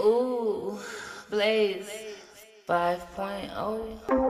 Ooh, Blaze oh. 5.0.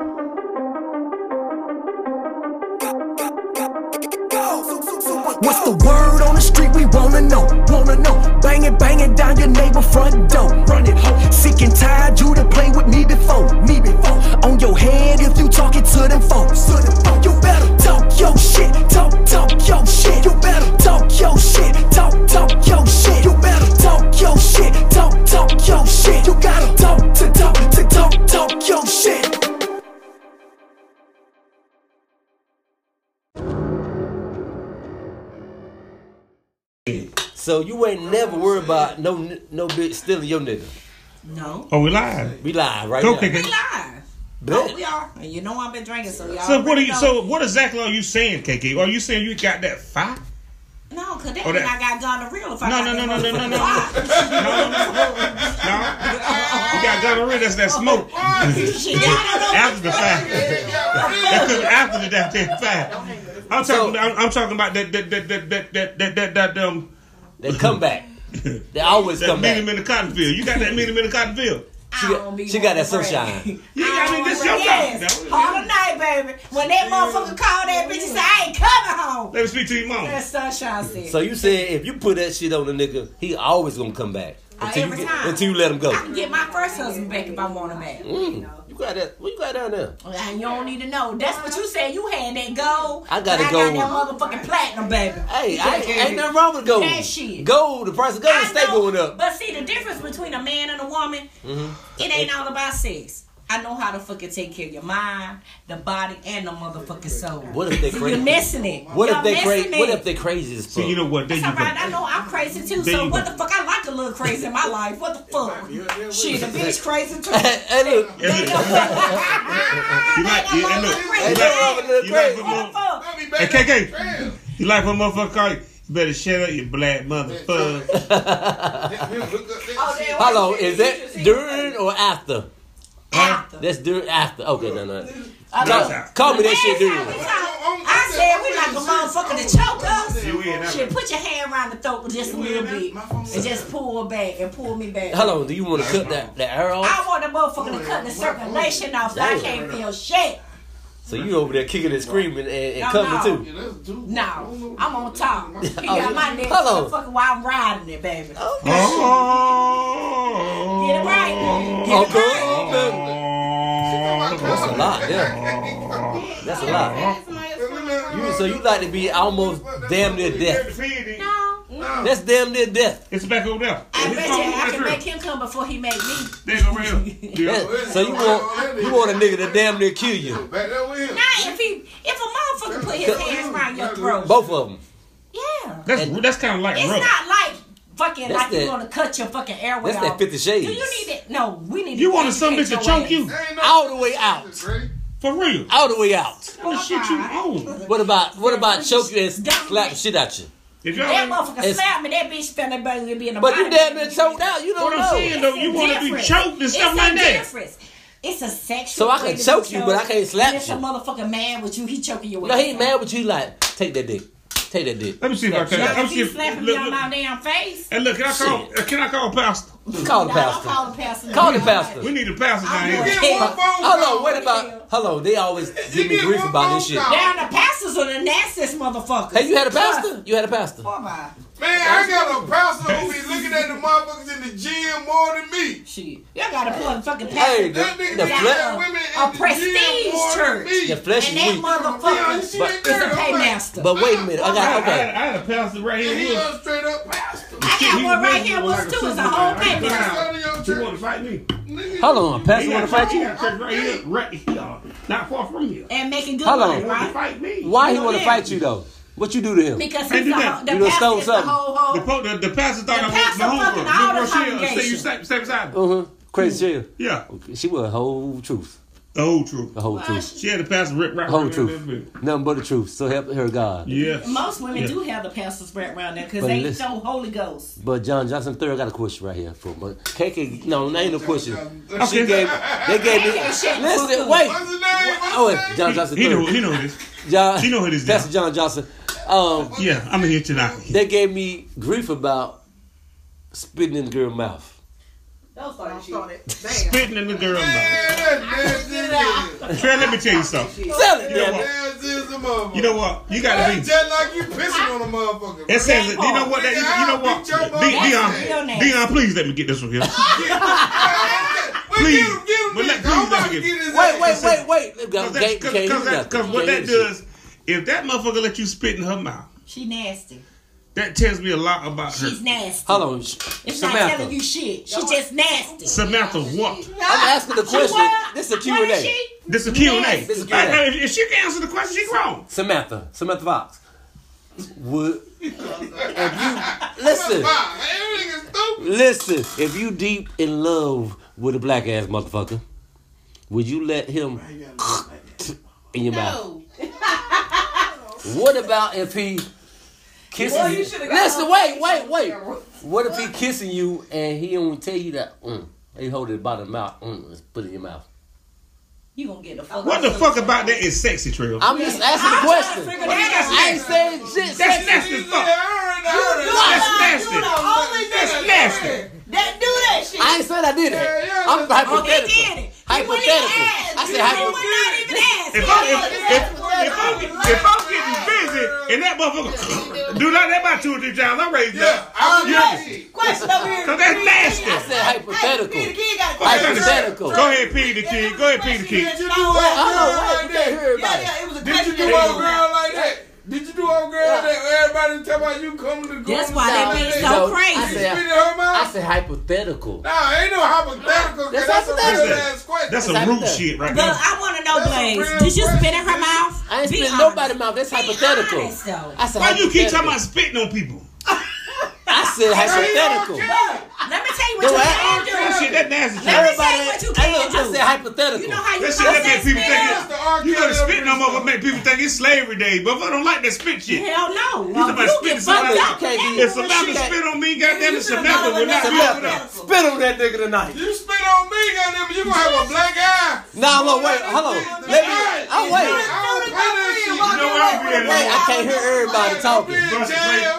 What's the word on the street? We wanna know, wanna know. Bang it, bang it down your neighbor front door. Run it home. Sick and tired, you done played with me before, me before. On your head if you talking to them folks. To them folks. You better talk your shit, talk, talk your shit. You better talk your shit, talk, talk your shit. You better talk your shit, talk, talk your shit. You gotta talk to talk to talk, talk your shit. So you ain't never worried about no n- no bitch stealing your nigga. No. Oh, we live. We live right Go now. kick We it. live. Bet. We are. And you know I've been drinking, so y'all. So what are already you? know. So what exactly are you saying, KK? Are you saying you got that fire? No, because that Oh, mean that- I got gonorrhea if I No, got no, that no, no, no, no, no, no, motherfucker. no, no. You got gonorrhea. That's that smoke. Shit, y'all don't know. After the fact, that could be after the goddamn fact. I'm talking. I'm, I'm talking about that that that that that that that that, that um They come back. They always that come back. medium in the cotton field. You got that medium in the cotton field. I don't be she got that wanting to sunshine. brag. You got don't me. This wanna your brag. dog. Yes. Hard night, baby. When that motherfucker called that bitch and said, I ain't coming home. Let me speak to your mom. That sunshine said. uh, So you said if you put that shit on the nigga, he always gonna come back Uh, until every you time. until you let him go. I can get my first husband back if I want him back. Mm. You got that? What you got down there? And you don't need to know. That's what you said. You had that gold. I gotta and go. got that motherfucking platinum, baby. Hey, I, ain't nothing wrong with gold. That shit. Gold, the price of gold I stay know, going up. Mm-hmm. But see, the difference between a man and a woman, it ain't all about sex. I know how to fucking take care of your mind, the body, and the motherfucking soul. What if they You're crazy? missing it. What You're if they missing crazy? What it. if they crazy as fuck? So you know what? There you It's all right. I go. know I'm crazy too. There So you what go. the fuck? I like a little crazy in my life. What the fuck? Shit, a bitch crazy too. hey, hey, look. Yeah, look. You like? They Yeah, got and little look. crazy. Ain't nothing wrong with a little You like crazy. for What the more? fuck? Hey, KK. You like for motherfucker call you? You better shut up, you black motherfucker. Oh, damn, Hold on, wait, is you should that see during or after? After. That's during after. Okay, no, no. I Call, know. call me that Last shit time we during. talked, Oh, I said oh, we like a motherfucker to choke us. You in Shit, that? put your hand around the throat just a little bit and just pull back and pull me back. Hold on, do you want to cut that, that air off? I want the motherfucker to cut the circulation off so I can't feel shit. So you over there kicking and screaming and, and No, coming no. too. No, I'm on top. He got my neck Hello. motherfucker while I'm riding it, baby. Oh. Get it right. Get it right. Okay. That's a lot, yeah. That's a lot. You, so you like to be almost damn near death. No, no. That's damn near death. It's back over there. I It's bet you over I there. can make him come before he make me. There you go, right here. Yeah. That- so you want you want a nigga to damn near kill you. Not if he, if a motherfucker put his hands around your throat. Both of them. Yeah. That's that's kind of like It's rough. not like fucking That's like you that- gonna cut your fucking airway That's off. that Fifty Do Shades. you need it? No, we need. You wanted some bitch educate to your choke ass. you All the way out. for real? All the way out. What the shit you own? What about what about choke you and slap the shit out you? If y'all That ain't, motherfucker It's- slapped me. That bitch finna barely be in the But body. you damn near choked out. You what don't I'm saying know. though, you want to be choked and stuff like that. Difference. It's a sexual. So I can way to be choke you, but I choked. can't slap And If you. a motherfucker mad with you, he choking you. No, he ain't mad with you. Like take that dick. Take that dick. Let me see if I can. Slap Let me see He if slapping look, me on look. my damn face. Hey, look, can I call? Can I call pastor? you. Call the Nah, I'll pastor. call the pastor. Call the pastor. We need a pastor down I'm here. going- Hold on, what about? Hello, they always give me grief about this shit. Down the pastors are the nastiest motherfuckers. Hey, you had a pastor? You had a pastor? Fuck my Man, I got a pastor who be looking at the motherfuckers in the gym more than me. shit. Y'all gotta pull a fucking pastor. Hey, the, That nigga the, be Yeah. flesh, at women A in the prestige gym more church. than me. the flesh and is that Yeah, weak. you motherfucker see But- that is girl? a paymaster. But wait a minute, I I, I, got had, okay. I had a pastor right And here. he He was, a straight up pastor. I shit, got he one was right here. like What's two is a whole supervisor. paymaster. Out of your he wanted church, to fight me. nigga. Hold on, pastor He want got to fight he you? got church right here, right here, not far from here. And making good Hold money, on. He wanted to right? fight me. Why he No, want to yeah. fight you though? What you do to him? Because Hey, he's do the, that. ho- the You done pastor stole is the something. whole The, hoe. po- the, the pastor thought The I was pastor my fucking Oh. all the homegirl. Look, Rochelle, say congregation. you step, step beside me. Mm-hmm. Crazy jail. Yeah, She was a whole truth, the whole truth. the whole uh, truth, She had the pastor rip right the whole right there in that truth, bit. nothing but the truth. So help her God. Yes. Most women Yeah. do have the pastor's wrapped around there because But they ain't listen. no Holy Ghost. But John Johnson III got a question right here for, but KK, no, that ain't no question. She Okay. gave, they gave me. That shit Listen, fuck wait. What's his name? Oh, What's his it's name? He, John Johnson he know, III. he know this. John, he know who this Pastor now. John Johnson. Um, Yeah, I'm in here tonight. they gave me grief about spitting in the girl's mouth. Don't start Don't that shit. start it. Damn. Spitting in the girl mouth. that's nasty. Get as out. hell. Trey, let me tell you something. Sell it, You know damn it. what? Nasty as a motherfucker. You know what? You gotta That's be. just like you pissing on a motherfucker. It says, you know what? That, you know what? De- Real Dion, nasty. Dion, please let me get this one here. Please, get Please. him, get him, But let- Nick. please I'm about let me to get- get his Wait, ass. wait, wait, wait. Look, I'm gay- can't hear nothing. Because what that Can't hear does, if that motherfucker let you spit in her mouth, She nasty. that tells me a lot about her. She's nasty. Hold on, It's not Samantha. telling you shit. She just nasty. Samantha, what? I'm asking the She question. what? This is a Q What and is A. she? This is a Q&A. Yes. This is a Q&A. I- I- if she can answer the question, she's wrong. Samantha, Samantha Fox. Would if you listen, Wow, that nigga stupid. listen, if you deep in love with a black ass motherfucker, would you let him in your mouth? No. What about if he kisses Well, you? you shoulda got Listen, all- wait, wait, wait. What if he kissing you and he don't tell you that? Mm, he hold it by the mouth. Mm, let's put it in your mouth. You gonna get the fuck What the fuck about that is sexy, Trill? I'm just asking the I'm trying to question. figure that I ain't saying That's shit. sexy. nasty as Yeah, fuck. I That's You the nasty. only That's nigga nasty. that do that shit. I ain't said I did it. Yeah, yeah, I'm that's- out. Oh, they did hypothetical. it. He wouldn't even hypothetical. ask. I said He would hypothetical. not even ask. If, I, if, if, if, I'm, if I'm getting busy and that motherfucker do like that about two or three times, I'm raised Yeah, up. I would Yeah. like it. Question over here. Because that's I nasty. said Hey, Peter hypothetical. King got a Fuck question. that. Hypothetical. Go ahead, pee the kid. Go ahead, pee the kid. Did you do Oh, wait, what? you can't hear Yeah, everybody. yeah, it was a Did you question. do old girl like that? Did you do old girl that everybody tell about you coming to go? That's why they Nah, made it ain't so no- No, crazy. You I said, spit in her mouth? I said hypothetical. Nah, ain't no hypothetical. 'cause That's That's a hypothetical. real ass question. That's some root shit right But there. I want to know, That's a real Blaze. Did you spit in her question, mouth? I ain't Be spit honest. nobody's mouth. That's hypothetical. honest, though. I said Why you keep talking hypothetical. about spitting on people? I said hypothetical. Let me tell you Do what you I- can do. That shit, that nasty. Let Trill. me tell you what you I, can look, I do. said hypothetical. You know how you That shit process that make people spit think up? That's the R. it, you gotta Kelly of spit no motherfucker make people think it's slavery day, but I don't like that spit shit. Hell no. You, talking about spitting get somebody fucked up. out. Okay, That's then. If Samantha Shit. spit on me, goddamn it, Samantha would not be Samantha, open up. Spit on that nigga tonight. You spit on me, goddamn it, you gonna have a black eye. Nah, look, wait, hold on. Let me. I wait. I don't play that shit. You know what I'm being Wait, I on? can't hear everybody I'm talking. in Busted, jail.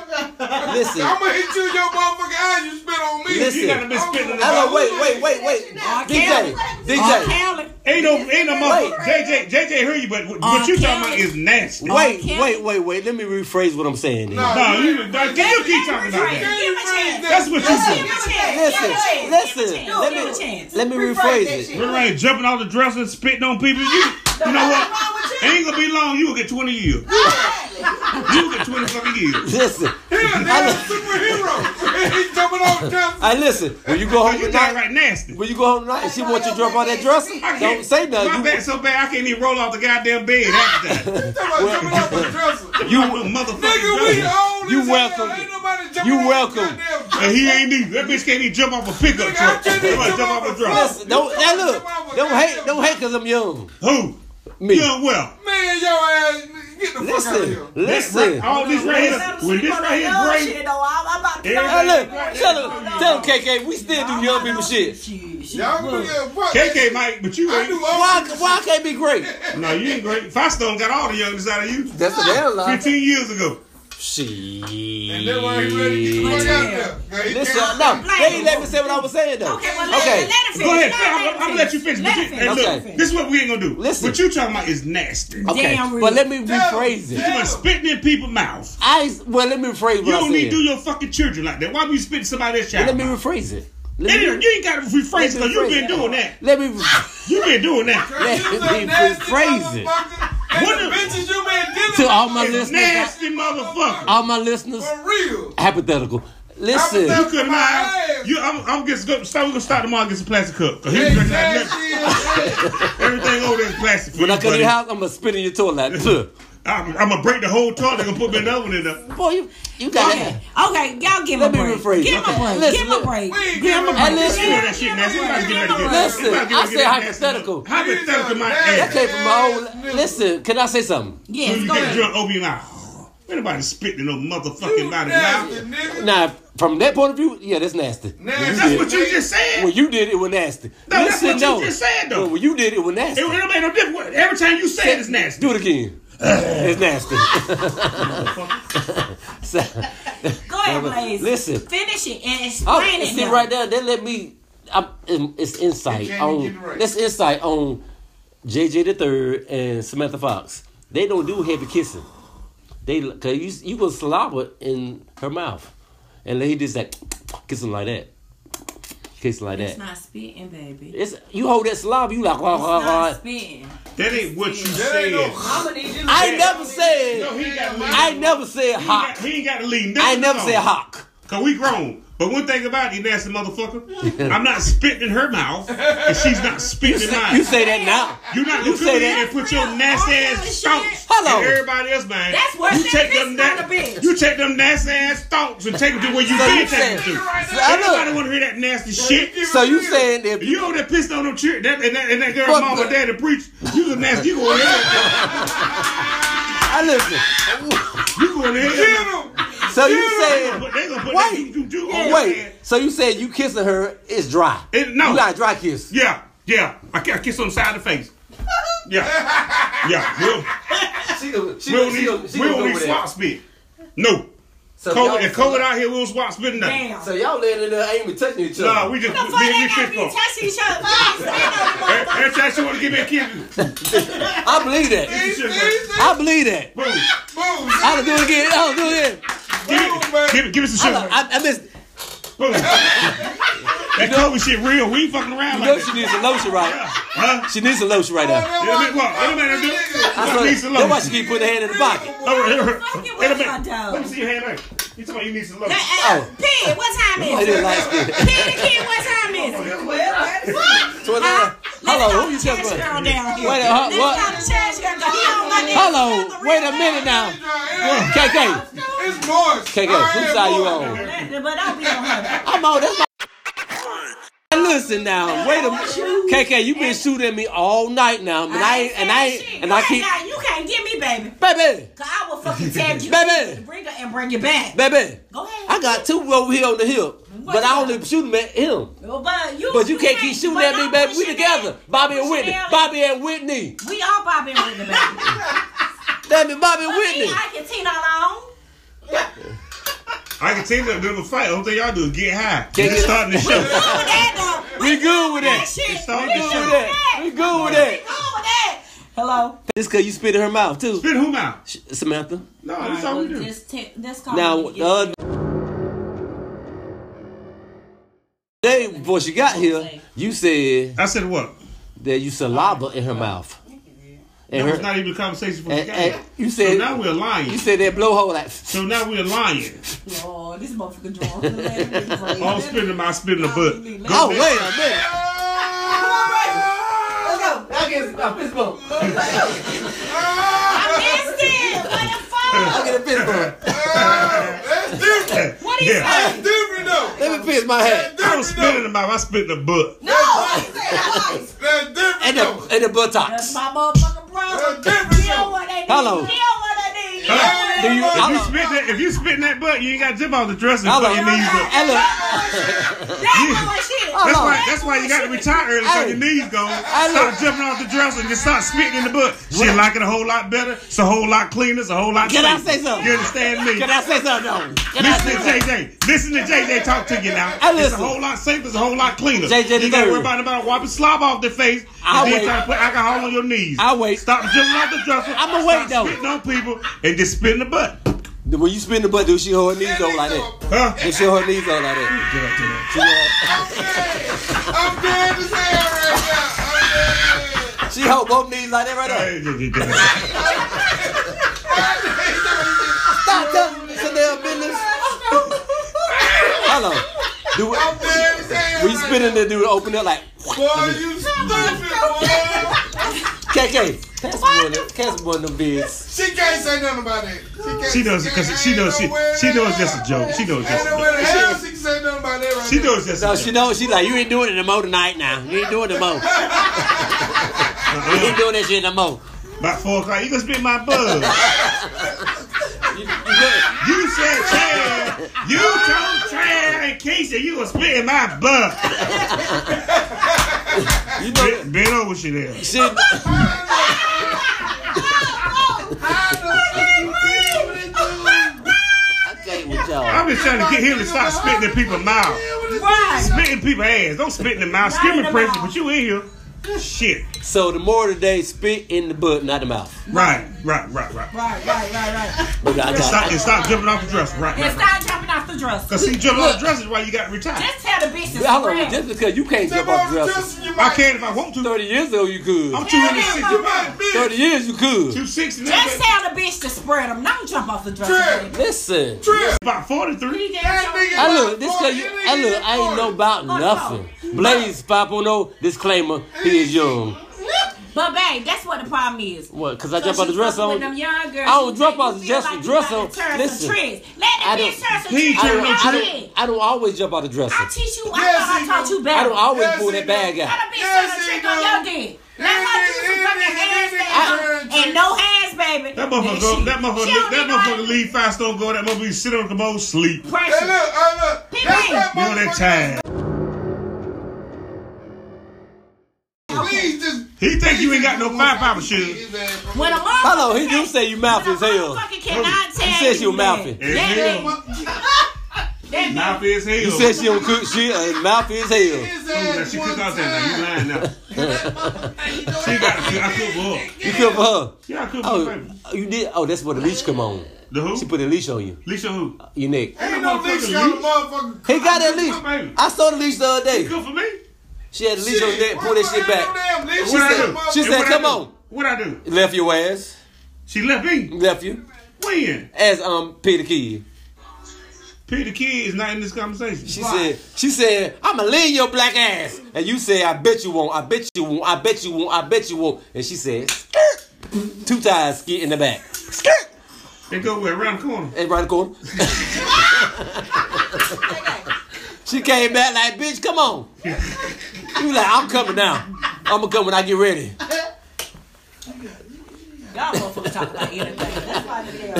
Listen, I'm gonna hit you in your motherfucking eye. You spit on me. Listen. You gotta be spitting on I the don't, wait, wait, wait, wait. DJ, R. DJ, Kelly. Ain't no, ain't no Wait. motherfucker. JJ, JJ heard you, but what- what you talking about is nasty. No, wait, Kelly. wait, wait, wait. Let me rephrase what I'm saying. Here. Nah, you, you keep talking Give about that. him a chance. That's what you Give him a said. chance. Give Listen, him a chance. listen. Give him a chance. Let Give him a me chance. let me Rephrase rephrase that it. shit. We're right, jumping out the dresser, spitting on people. You, you know what? Ain't gonna be long. You will get 20 years. You will get 20 fucking years. Listen, He a damn superhero. He's jumping off jumps. I listen. When you go Oh, home you tonight, die right nasty. when you go home tonight, and she wants you to drop all that dresser. I can't- Don't say My nothing. You, back so bad I can't even roll off the goddamn bed half the Talking time. about jumping off the dresser. You motherfucker. Nigga, we old You as welcome. Hell. Ain't nobody jumping You off welcome. the goddamn dresser. And he ain't even, that bitch can't even jump off a pickup Nigga, I truck. can't even Somebody jump jump off off a a truck. listen, don't now look. Don't hate. Don't hate because I'm young. Who? Me. Young Well. Man, your ass, get the fuck out of here. Listen, That right- listen. All this right here, when this right here break, Shit, though, I'm I'm about to Hey, everybody. look, tell him, tell him, KK, we still do young people shit. Y'all don't give a fuck. KK Mike, but you I do ain't. Why, old. why I can't be great? No, you ain't great. Firestone got all the youngest out of you. That's a damn lie. 15 years ago. And then when he ready to get the fuck Shit. out there. Now, he Listen, can't- uh, no, they ain't let me say what I was saying though. Okay, well, let, okay. let him finish. Go ahead. Let I'm, him I'm, gonna let you finish. Let But you, him hey, finish. look, Okay. this is what we ain't gonna do. Listen. What you talking about is nasty. You Okay, Damn but rude. let me rephrase Damn. it. gonna spit in people's mouth. I well, let me rephrase what You I don't need to said. do your fucking children like that. Why be you spitting somebody else's child? Let me mouth? rephrase it. It Let is- me, you ain't gotta rephrase Let because me you've rephrase been it. doing that. let me. You've been doing that. You Let some me nasty rephrase it. motherfucker. And What the the- bitches you been dealing To all with my is listeners, Nasty motherfucker. all my listeners, For real. hypothetical. Listen, You could My mind. ass. You, I'm, I'm just gonna stop. We're gonna start tomorrow and get some plastic cup. 'Cause he's They drinking out of nasty as hell. that- everything over there is plastic. For when you, I come to buddy. your house, I'm gonna spit in your toilet. Look, I'm, I'm gonna break the whole toilet and put me another one in there. boy, you you got Okay, it. okay, y'all give him a Let me break. rephrase. Give him Okay. a break. Listen, Give him look. a break. We ain't Give him a giving break. him a break. You know that shit nasty. We about to get ready to get- Listen, we about to get ready I to get said that nasty hypothetical. look. Hypothetical, my That ass. came from my old. Listen, can I say something? When Yes, you go get ahead. drunk, open your mouth. Ain't nobody spitting in no You motherfucking body nasty, mouth. nigga. Now, from that point of view, yeah, that's nasty. Nasty, That's what you nigga. just said. When you did it, it was nasty. No, that's Listen, what you though. just said, though. When you did it, it was nasty. It, it made no difference. Every time you say it, it's nasty. Do it again. it's nasty. So- Go ahead, Never- Blaze. Listen. Finish it and Oh, explain it. see now. right there, they let me. I'm, it's insight You can't on. get it right. That's insight on JJ the Third and Samantha Fox. They don't do heavy kissing. They cause you you was slobber in her mouth, and he just like kissing like that, kissing like It's that. not spitting, baby. It's you hold that slob, you like wah, wah, It's not wah. spitting. That ain't what you That said. ain't no- I'm gonna need you. to- I ain't never said. No, he ain't got to leave. I ain't never said He ain't got- hock. He ain't got to leave. I ain't never alone. said hock. Cause we grown. But one thing about it, you nasty motherfucker, I'm not spitting in her mouth, and she's not spitting in mine. You say that now. You're not You gonna say come in that. and put your nasty That's ass real. thoughts Hello. in everybody else mind. That's worse you than take them pissing on a bitch. You take them nasty ass thoughts and take them to where you So you did take saying- them to. so I look- Everybody want to hear that nasty shit. So you saying if You over there pissed on them children, that, and, that, and that girl Fuck mama, that. daddy preach. You go nasty. You go in there. I listen? You go in there. So you saying But they gonna put that Wait. you, you do on Oh, Wait, there. so you said you kissing her is dry? It- no. you got a dry kiss. Yeah, yeah. I, ki- I kiss on the side of the face. Yeah, yeah. Real, She, gonna- she, we don't gonna- she, need, gonna- she, we gonna don't go need with swap that. spit. No. So COVID, if y'all- COVID out here, we don't swap spit nothing. Damn. So y'all laying in there ain't even touching each other. Nah, we just, the fuck me they and me gotta fist be bump. touching each other? Fuck, stand up, Every every time she want to give me a kiss, I believe that. it's just I believe that. boom. I'll do it again. I'll do it again. Give it, give it, give it some I, sugar. I, I missed. boom. that COVID shit real. We ain't fucking around You know like she that. needs some lotion right. Huh? She needs some lotion right now. It'll make what? It'll make her do. That's Fuck why, needs some that's why love. she keep putting her hand in the pocket. It'll with make- my dog. Let me see your hand like. You talking about you need some love. Hey, Pig, uh, what time is It is it? Oh. like that. Pig the kid, what time is it? What? So Huh? now- Hello, who you Let's talking talk to Chaz girl down about? here. Wait, huh, Let's what? talk to Chaz girl, 'cause he don't like that Hello, fucking wait a real minute ass. now. Ah. It's KK, Morris. KK, whose side you on? But don't be on her. I'm on. That's my. Listen now, wait a minute. KK, you been shooting at me all night now, and I ain't, and I ain't, and I keep, Now, you can't get me, baby. baby, Cause I will fucking tag you. Baby. Bring her and bring you back. baby. Go ahead. I got two over here on the hip, but I only shooting at him. Well, But you, But you can't keep shooting but at me, I'm baby. We pushing together, back. Bobby and Pushing Whitney, down. Bobby and Whitney. We all Bobby and Whitney, baby. Damn it, Bobby But me, and Whitney. I can Tina alone. I can take them to a fight. Only thing y'all do is get high. Get It's it. starting the show. Good with that, though. We good with that. Shit. It's starting we the good show. with that. that. We good with that. We good with that. Hello. This cause you spit in her mouth too, Spit whom out? Sh- Samantha. No, that's all we do. Just take. That's called. Oh, Now uh, the other day before she got here, you said I said what? that you saliva in her mouth, and That was her, not even a conversation for and, the and you So said now we're lying. you said that blowhole like. So now we're lying. Oh, this motherfucker drunk. All spinning my spinning the butt. Oh wait a minute! I missed it. What I get a fist bump. That's different. wait. What yeah. That's different though. Let me fist my head. I don't spit in the mouth. I spit in the butt. That's different And though. the and the the buttocks. fuck? My motherfucking brother. That's different He don't though. want that. Hello. He don't want that. nigga. He don't Huh? want that. Do you? If you Hello. spit that, if you spit in that butt, you ain't got to jump off the dresser and Hello. put your knees up. Hello. That boy shit. That's Hello. why. That's why you got to retire early so Hey. your knees go. Hello. Stop jumping off the dresser and just start spitting in the butt. She like it a whole lot better. It's a whole lot cleaner. It's a whole lot. Can I safer. say something? You understand me? Can I say something? though? Can I Listen say to something? JJ. Listen to JJ talk to you now. I It's a listen. whole lot safer. It's a whole lot cleaner. JJ the you gotta third. worry about about wiping slob off their face. I and then wait. try to put alcohol on your knees. I wait. Stop jumping off the dresser. I'ma wait, Stop though. Spitting on people and just spit in the butt. When you spin the butt, do she hold her knees go like that? Huh? Do she hold her knees go like that? She hold- I'm dead as hell right now. I'm dead. She hold both knees like that right there. Hey, Stop that. It's a damn business. Hello. Do I'm it. dead as hell. When you right spit in the dude open up like now. Boy, you stupid, boy. KK. Pass me one of them. Pass me one of them bids. She can't say nothing about that. She, can't, She knows it because she knows she, she knows just a joke. She knows Ain't just a no way the joke. hell she can say nothing about that right She now. knows just No, a she joke. knows. She like you ain't doing it no more tonight. Now you ain't doing it no more. You ain't doing that shit no more. About four o'clock, you gonna spit my bug. You, you good? You said Chad. You told Chad and Keisha you was spitting my bug. You know Bend, bend over, she there. shit. How the fuck you doing? I tell you what, dog. I'm just trying to get him to stop spitting in people's mouths. Right. Spitting people's ass. Don't spit in the mouth. Not in Skin the pressure, mouth. but you in here. Good shit. So the moral today, spit in the butt, not the mouth. Right, right, right, right. Right, right, right, right. But I And stop, got and stop jumping off the dresser. Right, And right, right. stop jumping off the dresser. Because he jumped off the dresser is why you got retired. Just tell the bitch to Hold on, spread. just because you can't jump off the dresser. I can if I want to. Thirty years ago, you could. I'm 260. Thirty years, you could. 260. Just tell the bitch to spread them. Don't jump off the dresser. Spread. baby. Listen, About 43. I look. This guy, you, I look. I ain't know about nothing. Blaze five point zero. Disclaimer: He is young. But babe, that's what the problem is. What? Cause I jump out the dress fucking on. with them young girls. I don't who jump make out you the feel dress. like you dress about on. to turn Listen, some tricks. Let I that bitch don't- turn some He tricks. I turn don't, no I I tricks. did. don't. I don't always jump out the dress. I teach you. I Yes, thought I he taught do. you better. I don't always Yes, pull he that do. bag Let out. a bitch Yes, turn a he trick do. on your dick. Let her do some Yes, fucking he do. handstands I- and no hands, baby. That motherfucker, go, she- that motherfucker, she don't that even know how to motherfucker leave five stone go. That motherfucker sit on the commode, sleep. You Hey, Pressure. look, hey, look. Pee-pee. That's that know that motherfucker. time. Please just. He think you ain't got no Please firepower just- shoes. When a motherfucker Hello, he do say you mouthy When as a hell. motherfucker cannot tell He says you that. mouthy. It's That him. bitch- that bitch- Mouth is hell. You said she don't cook shit. Her mouth is hell. His Ooh, that ass she one cook out there now. You time. lying now. She got I cook for her. You cook for her. Yeah, I cook for her. Oh, you did. Oh, that's where the leash come on. The who? She put a leash on you. Leisha who? Your neck. Ain't no leash got a motherfucker. He got that My leash. baby. I saw the leash the other day. Cook for me. She had a leash on her neck. Pull that shit back. She What I said- do? she And said, what I "Come do? on." What I do? Left your ass. She left me. Left you. When? As um Peter Key. Peter Key is not in this conversation. She said, she said, I'ma lean your black ass. And you said, I bet you won't, I bet you won't, I bet you won't, I bet you won't. And she said, skirt. Two times skit in the back. Skirt. They go where? Around the corner. And right corner. she came back like, bitch, come on. You like, I'm coming now. I'ma come when I get ready. Y'all motherfuckers talk about anything. That's why they are.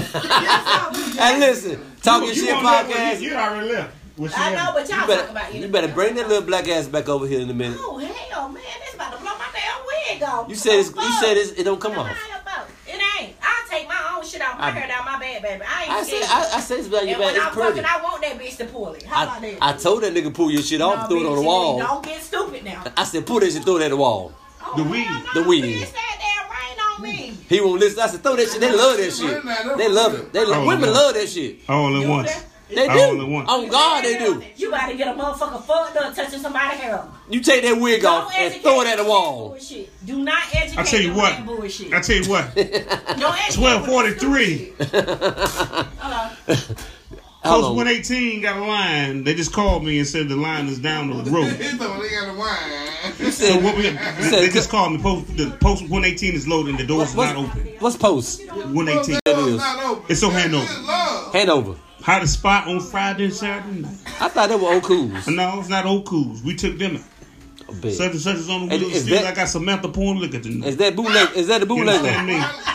And listen, talking You shit on that one, podcast. You you already left. What she I know, left. but y'all You talk about better, anything. you better bring that little black ass back over here in a minute. Oh hell, man, this about to blow my damn wig off. You said it's, Fuck. you said it's, it don't come What am off. I about? It ain't. I take my own shit out my I- hair down my bed, baby. I ain't I said scared. I, I said it's about your and back. when It's I'm pretty. fucking, I want that bitch to pull it. How about I, that? I told that nigga pull your shit Nah, off, throw it on the bitch, wall. Don't get stupid now. I said pull that shit, throw it at the wall. Oh, The hell weed. no, The weed. bitch, that damn rain on me. He won't listen. I said throw that shit. They love that shit. They love it. They Oh, love, women no. love that shit. All at once. They I only do. want- On God, they do. You about to get a motherfucker fucked up touching somebody's hair. You take that wig Don't off and educate throw it at the them wall. Bullshit. Do not educate I tell you them what. that Bullshit. I tell you what. Don't educate Twelve them forty with that stupid three. shit. Coast Hello. one eighteen got a line. They just called me and said the line is down the road. He thought they got a You wine. So said, what we, they said- just called me. Post, the post one eighteen is loaded. The door's what's, not open. what's, what's post? One eighteen. That is. It's so handover. handover. Hand over. How the spot on Friday and Saturday night. Uh, I thought they were old cools. No, it's not old cools. We took them out. I bet. Such and such is on the And wheel. is Still, that- I got Samantha Porn. Look at them. Is that bootleg? Is that the You understand me? bootlegger?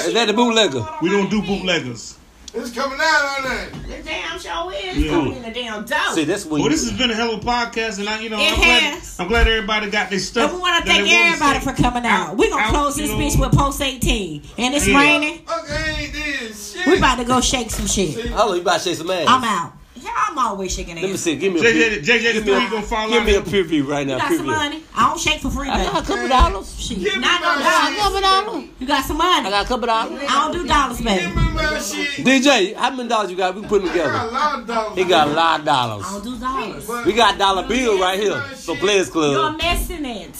It's not a bootlegger. We don't do bootleggers. We don't do Is that the bootlegger? bootleggers. It's coming out on that. The damn show is Yeah. coming in the damn dough. See, that's when. Well, you- this has been a hell of a podcast, and I, you know, It I'm glad, has. I'm glad everybody got their stuff. And we want that to thank they wanna everybody say. for coming out. Out, We're going to out, close you this know. bitch with Post 18. And it's Yeah. raining. Okay, ain't this shit. We about to go shake some shit. Hello, you about to shake some ass? I'm out. Yeah, I'm always shaking Let me ass. see. Give me a JJ, preview. JJ, the Give me three a, gonna fall give out. me a preview right now. Got some Preview. money. I don't shake for free, I got a baby. couple dollars. Shit, Give me not no my I dollars. got a couple dollars. You got some money. I I got a couple dollars. don't do dollars, Give baby. me my shit. DJ, how many dollars you got? We can put them I got a together. lot of dollars. He got a lot of I don't dollars. do dollars. But- We got a dollar bill right here for Players You're Club. missing it.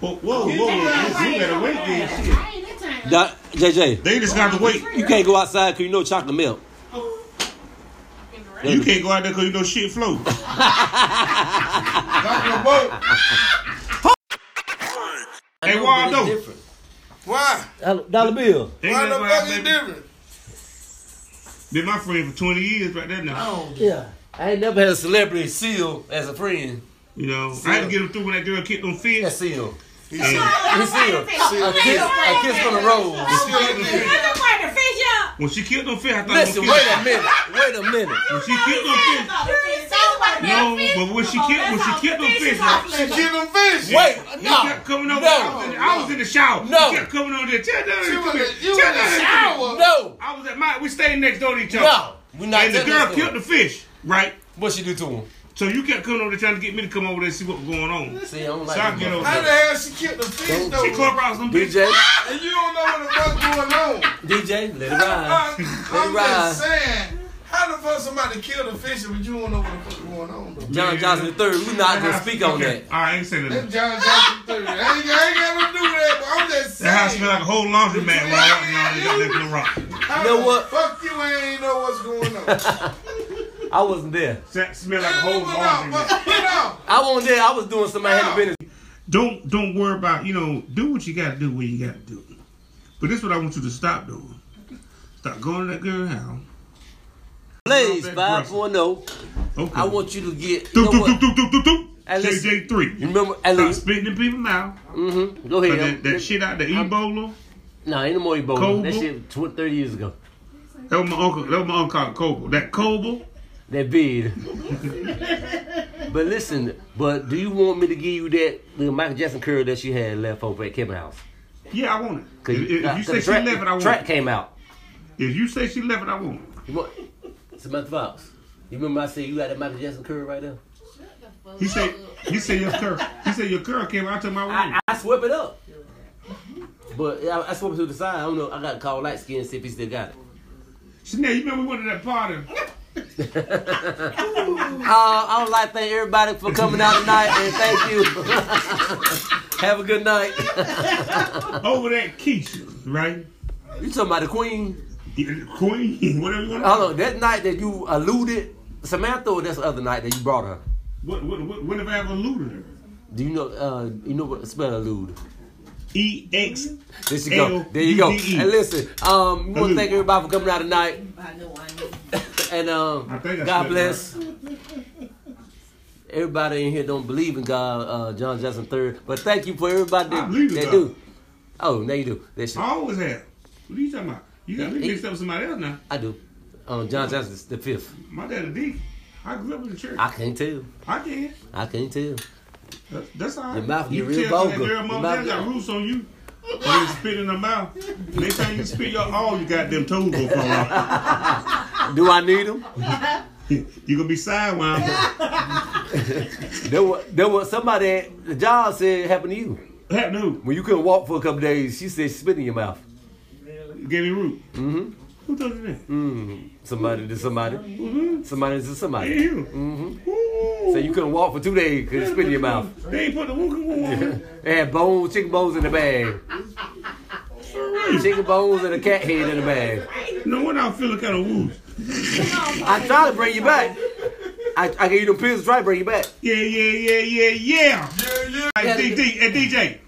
Whoa, whoa, whoa! whoa. You better wait then. Shit. I ain't that time. Da- JJ, They just got to wait. you can't go outside because you know chocolate milk. You can't go out there because you know shit flow. Dr. Boat. Hey, Waldo. It's different. Why? Dollar- Dollar bill. They Why ain't the gonna go out fuck is there. different? Been my friend for twenty years right there now. Yeah. I ain't never had a celebrity seal as a friend. You know, I had to get him through when that girl kicked them feet. Yeah, seal. He And said, He sealed. A kiss, a kiss from the rose. when she killed them feet- Everywhere to fish up. when she killed them feet, I thought Listen, it wait was a minute. Wait a minute. When she killed them You feet, ain't talking about that no, fish But when she Come on, killed, when that's she how killed them fish fish, is how She flavor. killed them fish. Wait, he no, kept coming over. I, was no, in, I was in the shower. No. He kept coming over there. Tell them, She was come in, here. you was Tell in the them, come here. shower. no, I was at my. We stayed next door to each other. no. We not and the telling girl this killed the story. fish, right? What she do to him? So you kept coming over there trying to get me to come over there and see what was going on. See, I don't like So I this get motherfucker. over How the there. hell she killed the fish She though? clubhouse them bitches. DJ, And you don't know what the fuck going on. DJ, let it ride. I'm, Let I'm it just ride. saying. How the fuck somebody killed the fish but you don't know what the fuck going on though? John Johnson III, we not gonna speak on that. Okay. All right, I ain't saying nothing. That John Johnson theory. I ain't, I ain't got nothing to do with that, but I'm just saying. That house smell like a whole laundry mat when I walked around and got left in the rock. How You know the what? Fuck you, I ain't know what's going on. I wasn't there. That smell like a Man, whole look out, laundry mat. fuck- Get out. I wasn't there. I was doing somebody had business. Don't don't worry about you know do what you got to do when you got to do. it. But this is what I want you to stop doing. Stop going to that girl house. Blaze Not that five aggressive. four zero. Okay. I want you to get. You do know do do what? do do do do. Hey, listen. JJ three. You remember? At Stop least, spitting in people's mouth. mm-hmm. Go ahead. That, that shit out the Ebola. Nah, ain't no more Ebola. Cold That War? shit tw- thirty years ago. That was my uncle. That was my uncle called Cobra. That Cobra. That bid. but listen, but do you want me to give you that the Michael Jackson curl that she had left over at Kevin House? Yeah, I want it. Cause If, if nah, you 'cause say the she track, left it, I want track it. came out. If you say she left it, I want it. You want Samantha Fox? You remember I said you got that Michael Jackson curl right there? He said. He said your curl. He said your curl came out to my room. I, I swept it up. But yeah, I, I swept it to the side. I don't know. I got to call light skin and see if he still got it. Chanel, you remember we went to that party? Uh, I would like to thank everybody for coming out tonight and thank you. Have a good night. over that Keisha, right? you talking about the queen? Yeah, Queen, whatever you want. to Hold on, that night that you alluded Samantha, or that's the other night that you brought her. What, what, what, what if I ever looted her? Do you know? Uh, you know what spell allude? E X. There you go. There you go. L-U-D-E. And listen, um, we want to Allude. thank everybody for coming out tonight, I know, I know. and I um, think I God said bless. Everybody in here don't believe in God, uh, John Jackson III, but thank you for everybody I that, believe in that God. do. Oh, now you do. That shit. I always have. What are you talking about? You E got me mixed up with somebody else now. I do. Um, John Jackson the fifth. My dad a deacon. I grew up in the church. I can't tell. I can. I can't tell. That's, that's all right. Your mouth you get real tell vulgar. That girl Your mama mouth dad got get- roots on you. When you spit in her mouth, next time you spit your all, you goddamn toes gonna fall off. Do I need him? You gonna be sidewind. There was, there was somebody at the job said happened to you. That dude When you couldn't walk for a couple days, she said she spit in your mouth. gave me root. Mm-hmm. Who told you that? Mm, Somebody to somebody. Mm-hmm. Somebody to somebody. you. Mm-hmm. Ooh. So you couldn't walk for two days because it spit in your mouth. They ain't put the woo woo on. They had bones, chicken bones in the bag. Chicken bones and a cat head in the bag. No wonder I'm feeling kind of woo. I tried to bring you back. I, I gave you the pills to try to bring you back. Yeah, yeah, yeah, yeah, yeah. Yeah, yeah. Hey, D, D, hey, DJ.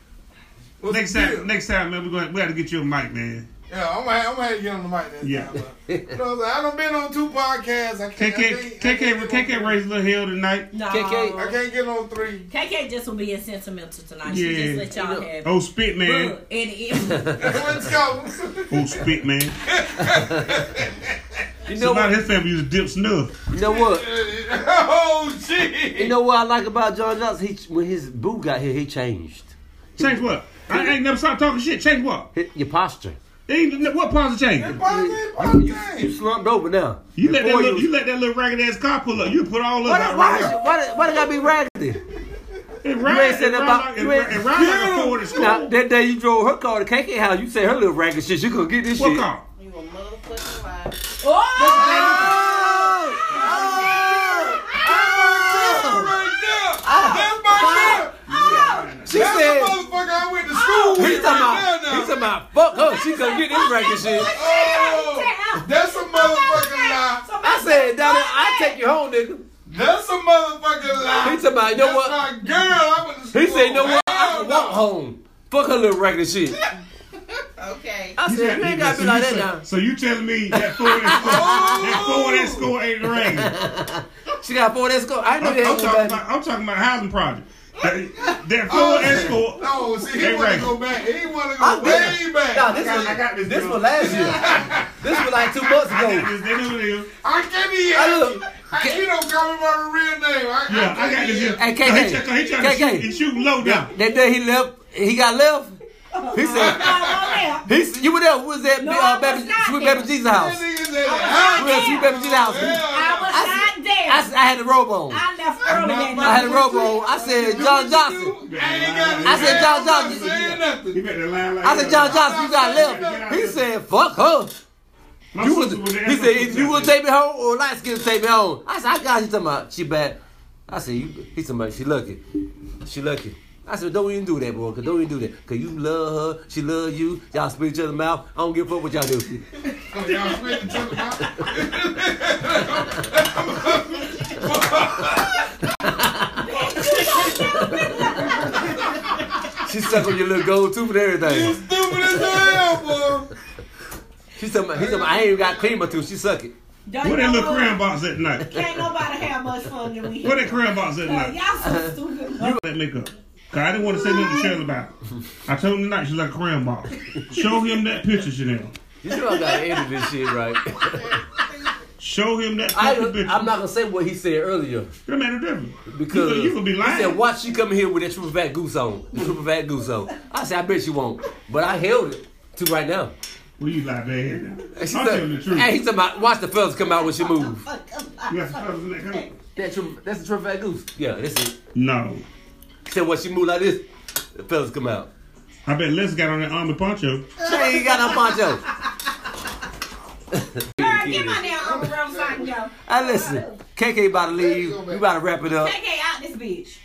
What's Next the time, deal? next time, man, we're gonna, we got to get you a mic, man. Yeah, I'm gonna, I'm gonna have to get on the mic next Yeah. time. bro. You know, what I'm saying? I done been on two podcasts. I can't. I KK, can't- I KK, can't get KK raised a little hell tonight. No. KK. on- I can't get on three. KK just will be in sentimental tonight. She Yeah. just let y'all have it. Oh, spit man. Look, and it, Let's go. Oh, spit man. You know Somebody what? in his family used to dip snuff. You know what? oh shit. You know what I like about John Johnson? He, when his boo got here, he changed. Change what? I ain't never stopped talking shit. Change what? Hit your posture. Ain't, what parts of change? Positive, positive. You slumped over now. You let that Before little, you- you let that little ragged ass car pull up. You put all of Why, that the- why, right the- now. why, the- why they gotta be raggedy? It you ain't rides, said it nothing rides about- like, you it, ain't- it rides like a Yeah. Ford at school. Now, that day you drove her car to KK house, you said her little ragged shit, she gonna get this what shit. car? You a motherfucking liar. Oh! That's my girl. Ah, She That's said, the motherfucker I went to school he with right talking about, now. he talking about, fuck her, she gonna get this ragged shit. Oh, that's a motherfucking lie. I said, Daddy, I take you home, nigga. That's a motherfucking lie. He talking about, you know That's what? my girl. I went to school. He said, you know what? I Hell can no. walk home. Fuck her little ragged shit. Okay. I Yeah, said, you yeah, ain't gotta so be you like that say- now. Oh! So you telling me that four in school, that four in school ain't the rain? I'm, She got four that's go. I know I'm they had talking one back. about I'm talking about housing project. That, that Oh, four in school. No, see, he Hey, want Ray. to go back. He want to go I've been- way back. Nah, this I got- was, I got this, this, was bro. last year. this was like two months I ago. got this. They know what it is. I can't be I look, happy. I, you don't call me by the real name. I, Yeah, I got this here. Hey, Now, He KK. try- he trying to KK. shoot, he shooting low now. That day he left, he got left. He said, I he, s- you were there. Who was at No, I was uh, baby, not Sweet there. Baby Jesus' house? That nigga's at We were at Sweet Baby Jesus' house. I, was not there. s- I had a robe on. I I left early that had a night. robe on. I said, John Johnson. I said, John Johnson. He better lie like I said, John Johnson, you got left. He said, fuck her. My You was, sister was he said, if you will take me home or light skin take me home. I said, I got you talking about she bad. I said, you, he talking about she lucky. She lucky. I said, don't even do that, boy, cause don't even do that. Cause you love her, she love you, y'all spit each other's mouth. I don't give a fuck what y'all do. Oh, Y'all spit each other out. She suck on your little gold tooth and You everything. stupid as hell, boy. She talking about, he talking about, I ain't even got cream or two, she suck it. Don't Where you that know little what? crayon box at night? Can't nobody have much fun than we Where have. that crayon box at night? Y'all so stupid. that makeup. Cause I didn't want to say nothing to Shirley about it. I told him tonight she's like a crayon box. Show him that picture, Chanel. You know I gotta edit this shit right. Show him that I, fucking picture. I'm not gonna say what he said earlier That made a difference. because you could, you could be lying. he said, "Watch she come here with that super fat goose on, the super fat goose on." I said, "I bet she won't," but I held it to right now. Well, you lie bad head now. And I'm she telling the said, truth. "Hey, he's about watch the fellas come out when she You move." got some colors in that color? That's that's the super fat goose. Yeah, that's it. No. He said, "When she move like this, the fellas come out." I bet Les got on that army poncho. She ain't got no poncho. Girl, get my damn Uncle Rose out and go. Hey, listen, KK about to leave. We about to wrap it up. Take it out this bitch.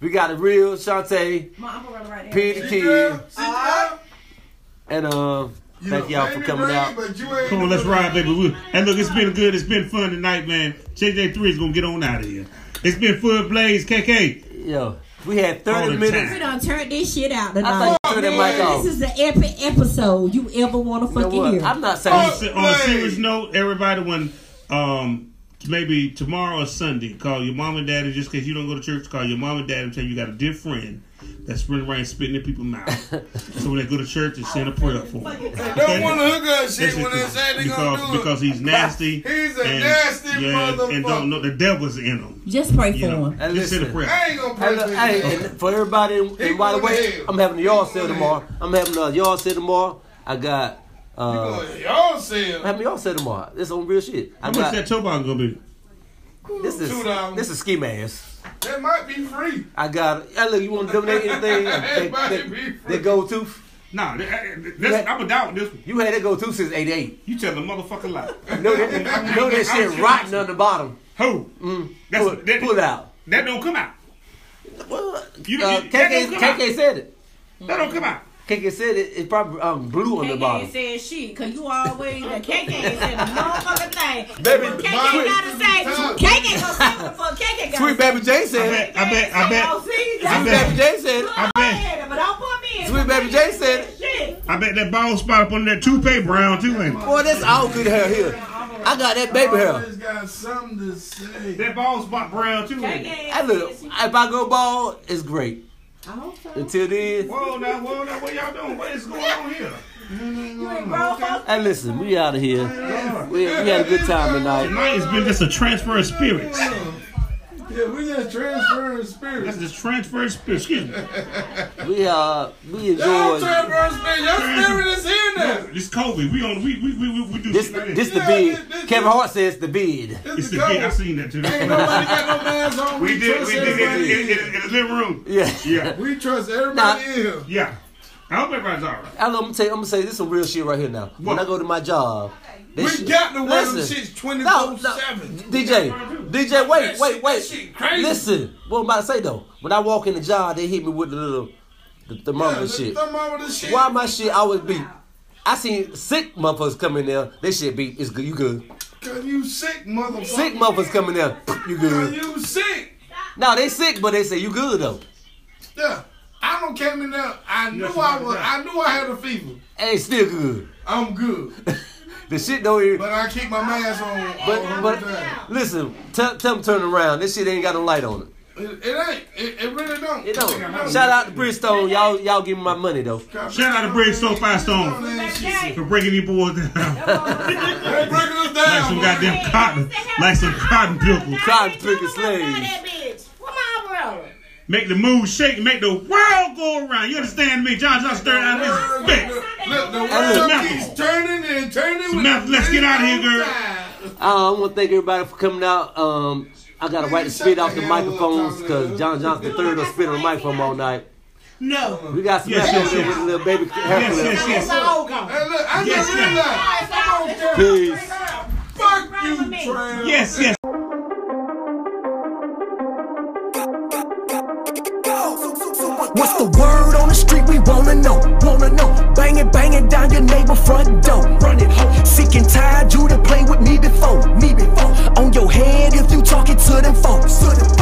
We got a real Shantae, My Uncle Rose right there. P the Kid, See, uh, and um, you thank the y'all for baby coming brain, out. But you ain't Come on, let's ride, baby. We- Hey, look, it's been good. It's been fun tonight, man. JJ3 is going to get on out of here. It's been Foot Blaze, KK. Yo, we had All the 30 minutes. time. We done turned this shit out I thought tonight. you turned that mic off. This is the epic episode you ever want to You know fucking what? hear. I'm not saying. on, a- on a serious note, everybody, when um, maybe tomorrow or Sunday, call your mom and daddy just because you don't go to church. Call your mom and dad and tell you you got a dear friend that's running around spitting in people's mouths. so when they go to church, they send a prayer up for him. Don't want to hook up That's shit just when they say they because, gonna do it. because he's nasty. He's a nasty And don't know the devil's in him. Just pray for You know, him. And just send a listen. prayer. I ain't gonna Hey, press look, hey, this. and for everybody in, in Wide Awake, I'm having a yard sale tomorrow. I'm having a yard sale tomorrow. I got. Uh, Boy, Y'all say I'm having a yard sale tomorrow. This on real shit. How I much that got, toe box gonna be? this is $2. this is ski mask. that might be free. I got. Hey, look, you want to donate anything? That, that, that gold tooth. Nah, that- that- that's- I'm a doubt with this one. You had that gold tooth since '88. You tell the motherfucker lie. You know that, you know that shit rotten on the bottom. Who? That's, Mm. Pull, that, pull it out. That don't come out. Well, uh, You- you- that KK, don't come KK said it. That don't come out. KK said it. It's probably um, blue on the KK bottom. ain't said shit, cause you always the KK ain't said a motherfucking thing. Baby, KK sweet- gotta say, Time. KK gonna say what the fuck KK gotta Sweet say. baby J said it. bet, I bet, I Oh, bet, see, I that's bet. Baby J said it. I bet, But don't put me in. Sweet baby J said it. Shit. I bet that bald spot up under that toupee brown too, ain't it? Boy, that's all good hair here. I got that baby hair. Always got something to say. That bald spot brown too, ain't it? KK I look, if I go bald, it's great. I hope so. Until then, Whoa, now, whoa, now, what y'all doing? What is going on here? You ain't grown folks. hey, listen, we out of here. We, we had a good time tonight. Tonight has been just a transfer of spirits. Yeah, we just transferring That's spirits. just transfer of spirits. Excuse me. We uh, we Y'all enjoyed transferring spirits. Your spirit is here now. It's COVID. We on. We we we we, we do this. shit like This the bid. Kevin Hart says the bid. This It's is the the bid. I COVID. seen that too. Ain't nobody got no mask on. we did. trust We did everybody it in, in. in, in the living room. Yeah. Yeah. We trust Nah. everybody in here. Yeah. I hope everybody's all right. I know, I'm gonna tell you, I'm gonna say this is some real shit right here now. When I go to my job, they We shit- got to wear them Listen. shits No, 24 no. 7. DJ, DJ, wait, That wait, wait. shit- that shit crazy. Listen, what I'm about to say though. When I walk in the job, they hit me with the little the thermometer shit. Thumb over the shit. Why my shit always beat? I seen sick motherfuckers come in there. They shit beat. It's good. You good? Cause you sick, motherfucker. Sick motherfuckers come in there. You Cause good? you sick. No, they sick, but they say you good though. Yeah. I don't came in there. I knew I was. I knew I had a fever. Hey, still good. I'm good, The shit don't even. but I keep my mask on. But all but the time. listen, tell tell them turn around. This shit ain't got no light on it. it, it ain't. It, it really don't. It don't. Shout out to Bristol. Y'all y'all give me my money though. Shout out to Brave Soul Five Stone Man, shit. for breaking these boys down. They breaking us Like down. some boy. goddamn cotton. Like some cotton pickle. Cotton picking slaves. that bitch. Where my umbrella? Make the mood shake. Make the world go around. You understand me? John John stirring out of his spit. Look, the Look, world Malcolm. keeps turning and turning. with Malcolm, the let's get outta here, same girl. time. Uh, I want to thank everybody for coming out. Um, I got a right to spit off the microphones because John Johnson III will spit on the microphone all night. No. We got some Yes, yes, yes, with a little baby hair Yes, clip. yes, yes. It's all gone. Hey, look, I Yes, just yes. realized. Peace. Fuck Right with me. you, Trail. Yes, yes. What's the word on the street? We wanna know, wanna know. Bang it, bang it down your neighbor front door. Run it, ho. Sick and tired, you done play with me before, me before. On your head if you talking to them folks. To them folks.